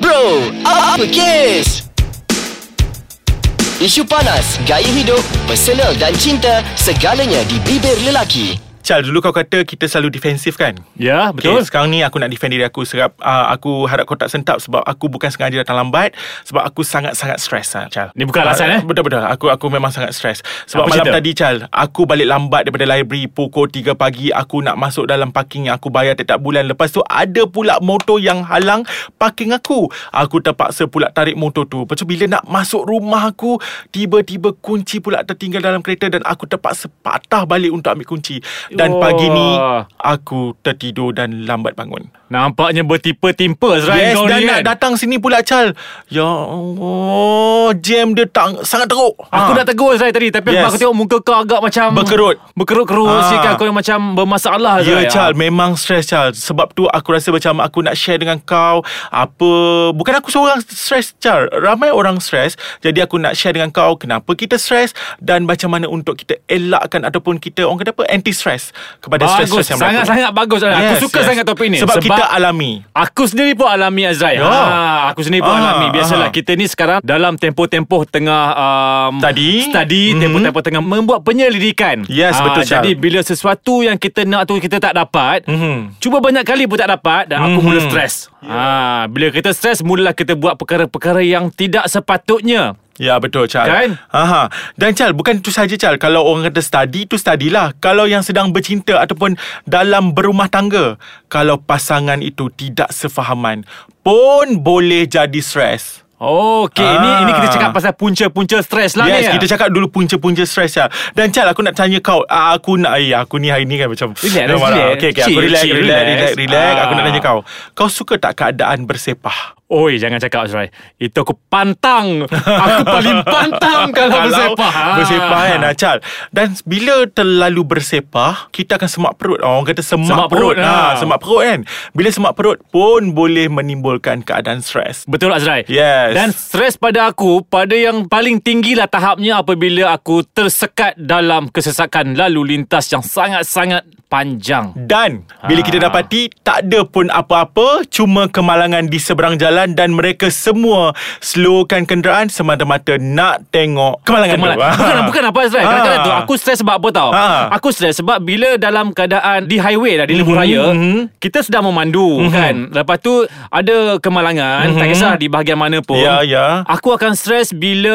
Bro, apa kes? Isu panas, gaya hidup, personal dan cinta, segalanya di bibir lelaki. Chal, dulu kau kata kita selalu defensif kan? Ya, Okay, betul. sekarang ni aku nak defend diri aku serap, uh, Aku harap kau tak sentap Sebab aku bukan sengaja datang lambat Sebab aku sangat-sangat stres lah, Chal Ni bukan alasan, eh? Betul-betul Aku aku memang sangat stres Sebab Apa malam cerita? tadi, Chal Aku balik lambat daripada library Pukul 3 pagi Aku nak masuk dalam parking Yang aku bayar tiap bulan Lepas tu ada pula motor yang halang Parking aku Aku terpaksa pula tarik motor tu Lepas tu bila nak masuk rumah aku Tiba-tiba kunci pula tertinggal dalam kereta Dan aku terpaksa patah balik untuk ambil kunci Dan Wah. pagi ni Aku tertidur dan lambat bangun Nampaknya bertipa-timpa Yes Azrael kau dan ni nak kan? datang sini pula Chal Ya Allah Jam dia tak, sangat teruk Ha. Aku dah tegur Azrael tadi Ah. Tapi Yes. yes. aku tengok muka kau agak macam Berkerut. Berkerut-kerut Ah. ha. sikit Kau yang macam bermasalah Ya Azrael Chal Memang stres Chal Sebab tu aku rasa macam Aku nak share dengan kau Apa Bukan aku seorang stres Chal Ramai orang stres Jadi aku nak share dengan kau Kenapa kita stres Dan macam mana untuk kita elakkan Ataupun kita Orang kata apa Anti-stress Kepada Bagus stres-stres yang berlaku Sangat-sangat bagus Azrael Aku suka sangat topik ni Sebab, Sebab kita alami Aku sendiri pun alami Azrai. Ya. Ha, aku sendiri pun Ah, alami. Biasalah ah. kita ni sekarang dalam tempoh-tempoh tengah um, Study. study Mhm. mm-hmm. tempoh-tempoh tengah membuat penyelidikan. Yes, Ah, betul, Syah. Jadi bila sesuatu yang kita nak tu kita tak dapat, Mhm. cuba banyak kali pun tak dapat dan aku Mhm. mula stres. Yeah. Ha, bila kita stres mulalah kita buat perkara-perkara yang tidak sepatutnya. Ya betul Chal Kan? Aha. Dan Chal bukan tu saja Chal Kalau orang kata study tu study lah Kalau yang sedang bercinta Ataupun dalam berumah tangga Kalau pasangan itu tidak sefahaman Pun boleh jadi stres Okey, ah. ini Ah. ini kita cakap pasal punca-punca stres lah ni. Yes ya? kita cakap dulu punca-punca stres Chal Dan Chal aku nak tanya kau ah, Aku nak eh, Aku ni hari ni kan macam Relax, dah marah. relax. Okay, okay, Aku Chill, relax chill, relax relax. relax, relax. Aku nak Ah. tanya kau Kau suka tak keadaan bersepah? Oi, jangan cakap Azrai. Itu aku pantang. Aku paling pantang kalau bersepah. Ah. Bersepah kan Acal Dan bila terlalu bersepah Kita akan semak perut Orang kata semak, Semak perut, perut, ha. ah. Semak perut kan Bila semak perut pun Boleh menimbulkan keadaan stres Betul Azrai Yes. Dan stres pada aku Pada yang paling tinggilah tahapnya Apabila aku tersekat dalam kesesakan lalu lintas Yang sangat-sangat panjang dan bila Ah. kita dapati tak ada pun apa-apa cuma kemalangan di seberang jalan dan mereka semua slowkan kenderaan semata-mata nak tengok kemalangan Kemalan. tu. Ah. Bukan, bukan apa Azrai Kadang-kadang Ah. tu aku stres sebab apa tau Ah. Aku stres sebab bila dalam keadaan Di highway lah Di lebuh Mhm, raya mhm. Kita sedang memandu kan Lepas tu ada kemalangan Tak kisah di bahagian mana pun Mhm. Ya, ya. Aku akan stres bila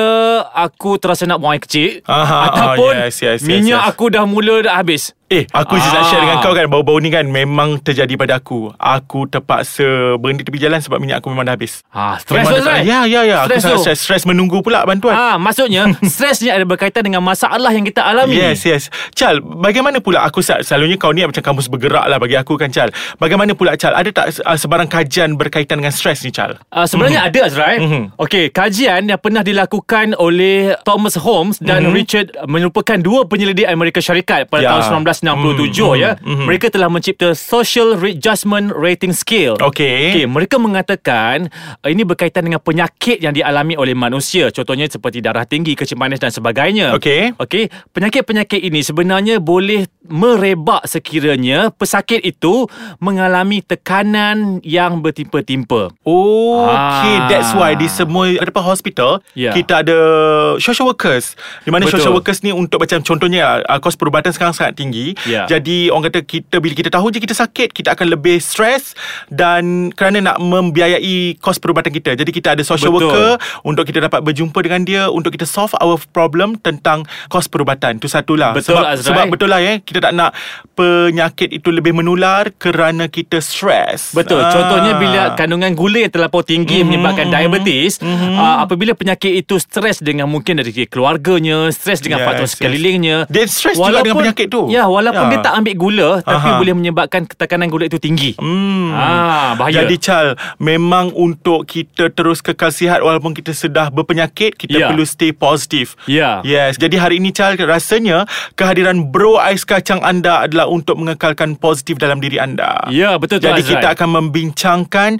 Aku terasa nak buang air kecil Aha, Ataupun ah, yes, yes, yes, minyak yes. aku dah mula dah habis Eh, aku just nak Ah. share dengan kau kan Baru-baru ni kan Memang terjadi pada aku Aku terpaksa Berhenti tepi jalan Sebab minyak aku memang dah habis Ah, stres Memang tu, dah- Azrai. Ya, ya, ya Aku Stres sangat tu. stres Stres menunggu pula bantuan Ah, maksudnya stres ni ada berkaitan dengan masalah yang kita alami. Yes, yes Chal, bagaimana pula Aku sel- selalunya kau ni Macam kamus bergerak lah Bagi aku kan Chal Bagaimana pula Chal Ada tak uh, sebarang kajian Berkaitan dengan stres ni Chal? Uh, sebenarnya mm-hmm. ada Azrai. Mm-hmm. Okey, kajian yang pernah dilakukan oleh Thomas Holmes dan mm-hmm. Richard merupakan dua penyelidik Amerika Syarikat pada Ya. tahun 1967 Mm, mm-hmm. ya. mm, mm. Mm-hmm. Mereka telah mencipta Social Adjustment Rating Scale. Okey. Okey, mereka mengatakan uh, ini berkaitan dengan penyakit yang dialami oleh manusia. Contohnya seperti darah tinggi, kecil manis dan sebagainya. Okey. Okey, penyakit-penyakit ini sebenarnya boleh merebak sekiranya pesakit itu mengalami tekanan yang bertimpa-timpa. Oh, okay. Ah. That's why di semua apa hospital Ya. kita ada social workers. Di mana Betul. social workers ni untuk macam contohnya ah, kos perubatan sekarang sangat tinggi. Ya. Jadi orang kata kita bila kita tahu je kita sakit, kita akan lebih stres dan kerana nak membiayai kos perubatan kita. Jadi kita ada social Betul. worker untuk kita dapat berjumpa dengan dia untuk kita solve our problem tentang kos perubatan. Itu satulah. Betul, sebab Azrai. sebab betul lah ya, kita tak nak penyakit itu lebih menular kerana kita stres. Betul. Ah. Mhm. Contohnya bila kandungan gula yang terlampau tinggi mm-hmm, menyebabkan diabetes, mm-hmm. uh, apabila penyakit itu stres dengan mungkin dari segi keluarganya, stres dengan Yes, yes, faktor yes. sekelilingnya. Dia stres juga dengan penyakit tu. Ya, Ya. walaupun ya. dia tak ambil gula tapi Aha. boleh menyebabkan ketekanan gula itu tinggi. Hmm. Ah, bahaya. Jadi Chal Memang untuk kita terus kekal sihat Walaupun kita sedah berpenyakit Kita yeah. Ya. perlu stay positif Ya. Yes Jadi hari ini Chal Rasanya Kehadiran bro ais kacang anda Adalah untuk mengekalkan positif dalam diri anda Ya, betul tu, Jadi Azrai. kita akan membincangkan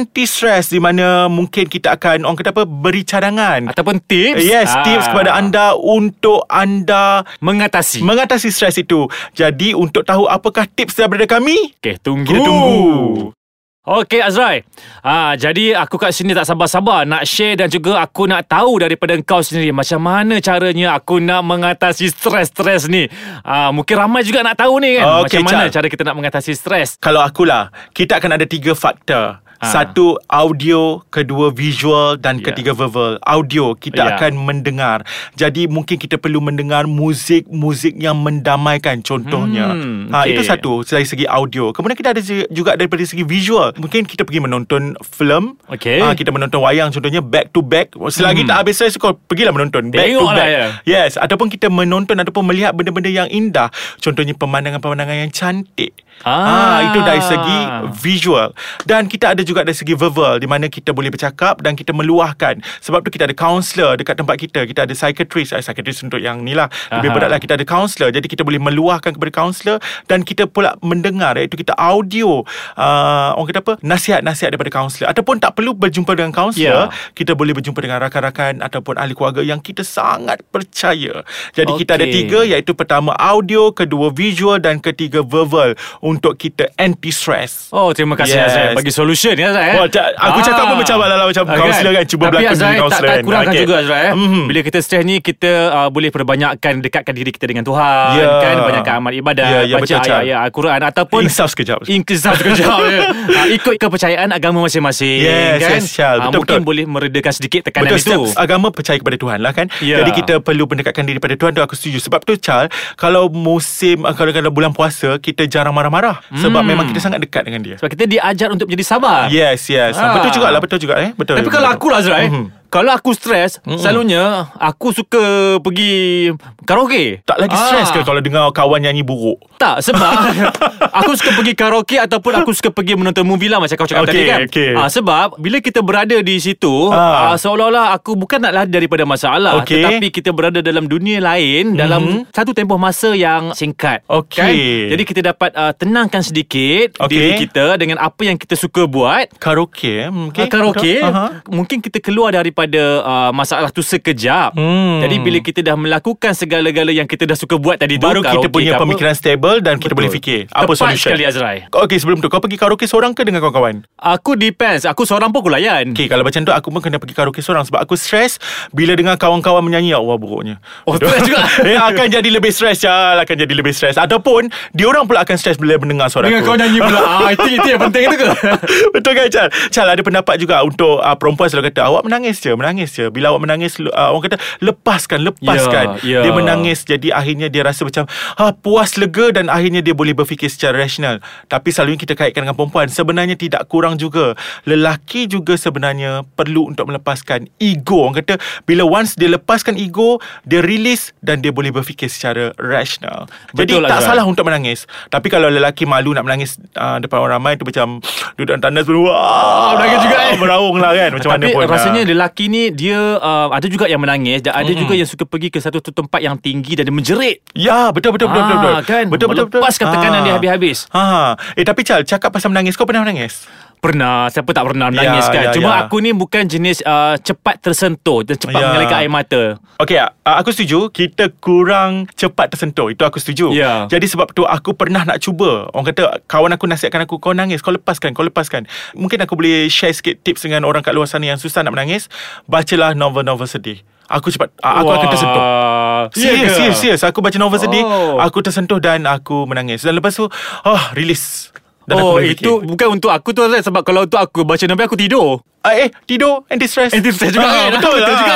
Anti-stress Di mana mungkin kita akan Orang kata apa Beri cadangan Ataupun Ah, tips. Yes ah, Tips kepada anda Untuk anda mengatasi. Mengatasi stres itu Jadi untuk tahu apakah tips daripada kami Okey, tunggu. Kita tunggu Okey Azrai. Ah jadi aku kat sini tak sabar-sabar nak share dan juga aku nak tahu daripada engkau sendiri macam mana caranya aku nak mengatasi stres-stres ni. Ah mungkin ramai juga nak tahu ni kan Ah, Okey, macam mana Chal. cara kita nak mengatasi stres. Kalau akulah, kita akan ada tiga faktor. Ah. Ha. Satu audio, kedua visual dan yeah. Ya. ketiga verbal. Audio kita yeah. Ya. akan mendengar. Jadi mungkin kita perlu mendengar muzik-muzik yang mendamaikan contohnya. Hmm, ha okey. itu satu dari segi audio. Kemudian kita ada se- juga daripada segi visual. Mungkin kita pergi menonton filem. Okey. Ha, kita menonton wayang contohnya back to back. Selagi hmm. tak habis saya suka pergilah menonton back to Tengoklah, back. ya. Yes, ataupun kita menonton ataupun melihat benda-benda yang indah. Contohnya pemandangan-pemandangan yang cantik. Ah. itu dari segi visual. Dan kita ada juga dari segi verbal di mana kita boleh bercakap dan kita meluahkan. Sebab tu kita ada counselor dekat tempat kita. Kita ada psychiatrist. Eh, psychiatrist untuk yang ni lah. Lebih Aha. berat lah. Kita ada counselor. Jadi kita boleh meluahkan kepada counselor dan kita pula mendengar iaitu kita audio uh, orang kata apa? nasihat-nasihat daripada counselor. Ataupun tak perlu berjumpa dengan counselor, Ya. kita boleh berjumpa dengan rakan-rakan ataupun ahli keluarga yang kita sangat percaya. Jadi okay. kita ada Okey. tiga iaitu pertama audio, kedua visual dan ketiga verbal untuk kita anti-stress. Oh terima kasih Yes. yes. Azrai bagi solution ya Azrai. eh? Ah, Wah, ca- aku cakap pun macam ala-ala macam kaunselor kan, cuba Tapi berlakon Azrai jadi kaunselor tak, kan. tak kurangkan Okey. okay. juga Azrai. eh. Mhm. Bila kita stres ni kita uh, boleh perbanyakkan dekatkan diri kita dengan Tuhan Ya. kan banyakkan amal ibadah Ya, ya, baca betul, Chal. ayat-ayat Al-Quran ataupun Insaf sekejap. Inkisah sekejap ya. uh, Ikut kepercayaan agama masing-masing Yes, kan? yes, Syal. Ah, Betul, Mungkin betul. boleh meredakan sedikit tekanan Betul kan itu setiap agama percaya kepada Tuhan lah kan Ya. Jadi kita perlu mendekatkan diri pada Tuhan tu aku setuju Sebab tu Chal Kalau musim ah, Kalau kalau bulan puasa Kita jarang marah-marah Sebab memang kita sangat dekat dengan dia Hmm. Sebab kita diajar untuk menjadi sabar Yes yes Ah. Betul juga lah Betul juga eh Betul Tapi kalau aku betul. lah Azrai Mhm. Kalau aku stres Selalunya Aku suka pergi Karaoke Ah, Tak lagi stres ke Kalau dengar kawan nyanyi buruk Tak sebab Aku suka pergi karaoke Ataupun aku suka pergi menonton movie lah Macam kau cakap Okey, tadi kan okey. Ah, Sebab Bila kita berada di situ Ah. ah. Seolah-olah aku bukan nak lari daripada masalah Okey. Mhm. Tetapi kita berada dalam dunia lain Dalam satu tempoh masa yang singkat Okey. kan? Jadi kita dapat uh, tenangkan sedikit Okey. Diri kita Dengan apa yang kita suka buat Karaoke eh mungkin okay, karaoke Aha. uh-huh. mungkin kita keluar daripada uh, masalah tu sekejap. Hmm. Jadi bila kita dah melakukan segala-gala yang kita dah suka buat tadi Baru tu kita karaoke punya ke apa, pemikiran stable Dan kita betul. boleh fikir Apa Tepat solution sekali Azrai. Okay sebelum tu Kau pergi karaoke seorang ke Dengan kawan-kawan Aku depends. Aku seorang pun aku layan. Okay kalau macam tu Aku pun kena pergi karaoke seorang Sebab aku stres Bila dengar kawan-kawan menyanyi Ya Allah buruknya Oh, stres juga. Eh akan jadi lebih stres Syal Akan jadi lebih stres Ataupun Diorang pula akan stres Bila mendengar suara Dengan aku kau nyanyi pula. ah, itu, itu yang penting tu ke? Betul kan Chal? Chal ada pendapat juga Untuk uh, perempuan selalu kata Awak menangis je Menangis je Bila awak menangis lu- uh, Orang kata Lepaskan Lepaskan Ya, ya. Dia menangis Jadi akhirnya dia rasa macam ah, Puas lega Dan akhirnya dia boleh berfikir secara rasional Tapi selalunya kita kaitkan dengan perempuan Sebenarnya tidak kurang juga Lelaki juga sebenarnya Perlu untuk melepaskan Ego Orang kata Bila once dia lepaskan ego Dia release Dan dia boleh berfikir secara rasional Jadi Betul, tak Azrael. salah untuk menangis Tapi kalau lelaki malu nak menangis uh, Depan orang ramai tu macam Duduk dalam tandas pun Wah menangis juga, eh. Meraung lah kan Macam Tapi mana pun rasanya ah. lelaki ni dia uh, ada juga yang menangis dan ada juga yang suka pergi ke satu tu tempat yang tinggi dan dia menjerit. Ya betul betul betul Ah, betul, betul. kan? betul betul betul Ah. Melepaskan tekanan dia habis-habis. ha. Eh tapi Chal Cakap pasal menangis Kau pernah menangis? Pernah Siapa tak pernah menangis Ya, kan ya, Cuma ya. aku ni bukan jenis uh, Cepat tersentuh Dan cepat Ya. mengalirkan air mata Okay, ah, ah, aku setuju. Kita kurang cepat tersentuh. Itu aku setuju. Ya. Jadi sebab tu aku pernah nak cuba. Orang kata, kawan aku nasihatkan aku, kau nangis, kau lepaskan, kau lepaskan. Mungkin aku boleh share sikit tips dengan orang kat luar sana yang susah nak menangis. Bacalah novel-novel sedih. Aku cepat, ah, aku akan Wah. tersentuh. Ya Serius, ke? serius, serius. Aku baca novel sedih, Oh. aku tersentuh dan aku menangis. Dan lepas tu, oh, release. Dan aku Oh boleh itu fikir. bukan untuk aku tu Azrai Sebab kalau untuk aku Baca novel aku tidur Ah, eh, tidur, anti-stress. Anti-stress juga kan? Betul Betul lah. juga.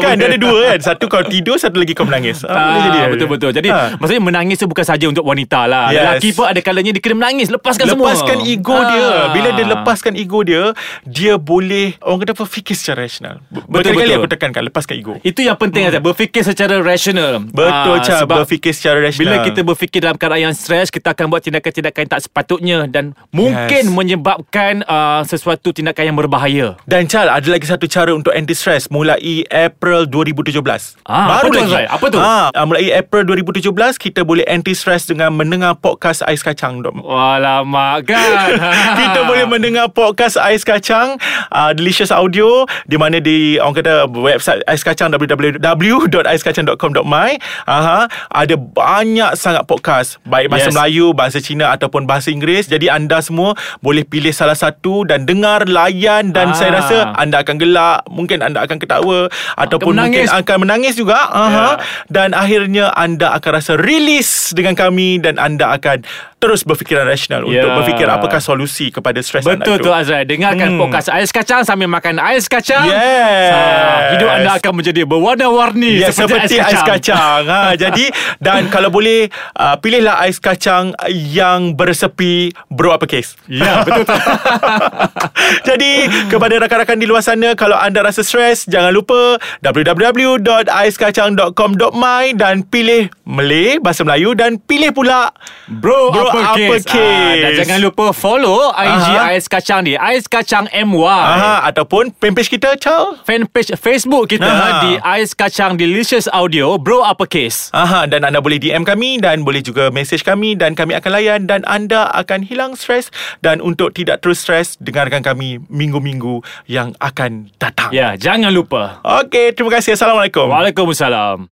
kan, dia ada Betul. dua kan. Satu kau tidur, satu lagi kau menangis. Ah, boleh jadi. Betul-betul Jadi Ah. maksudnya menangis tu Bukan saja untuk wanita lah Yes. Lelaki pun ada kalanya Dia kena menangis Lepaskan, semua Lepaskan ego Ah. dia Bila dia lepaskan ego dia Dia boleh Orang kata apa Fikir secara rasional Berkali-kali betul. Ah, aku tekankan Lepaskan ego Itu yang penting Azrai Berfikir secara rasional Hmm. Betul Ah, Cha sebab Berfikir secara rasional Bila kita berfikir dalam keadaan yang stres, kita akan buat tindakan-tindakan yang tak sepatutnya dan mungkin Yes. menyebabkan uh, sesuatu tindakan yang berbahaya. Dan Chal Ada lagi satu cara Untuk anti-stress Mulai April 2017 Ah, apa tu, Azrai? Apa tu? ah, ah, Mulai April 2017 Kita boleh anti-stress Dengan mendengar podcast Ais Kacang Dom Alamak kan kita boleh mendengar podcast Ais Kacang uh, Delicious Audio di mana di orang kata website Ais Kacang www.aiskacang.com.my Aha, ada banyak sangat podcast baik bahasa Yes. Melayu, bahasa Cina ataupun bahasa Inggeris Jadi anda semua boleh pilih salah satu dan dengar, layan dan Ah. ah. saya rasa anda akan gelak, mungkin anda akan ketawa ataupun menangis. mungkin akan menangis juga. Aha. Ya. Dan akhirnya anda akan rasa rilis dengan kami dan anda akan terus berfikiran rasional Ya. untuk berfikir apakah solusi kepada stres anda Betul itu. tu Azrai Dengarkan hmm. podcast Ais Kacang Sambil makan ais kacang Yes. Ah, Hidup anda akan menjadi berwarna-warni Ya, seperti, seperti ais kacang. Ha, jadi dan kalau boleh uh, pilihlah ais kacang yang bersepi berapa kes. Ya betul tu Jadi kepada rakan-rakan di luar sana kalau anda rasa stres jangan lupa www.aiskacang.com.my dan pilih Malay bahasa Melayu dan pilih pula Bro, Bro, apa apa kes? Ah, dan kes? jangan lupa follow IG Aha. Ais Kacang di Ais Kacang MY Aha, ataupun fanpage kita Chal. Fanpage Facebook kita Aha. di Ais Kacang Delicious Audio Bro apa kes? Aha, dan anda boleh DM kami dan boleh juga message kami dan kami akan layan dan anda akan hilang stres dan untuk tidak terus stres dengarkan kami minggu-minggu yang akan datang. Ya jangan lupa Okey, terima kasih. Assalamualaikum. Waalaikumsalam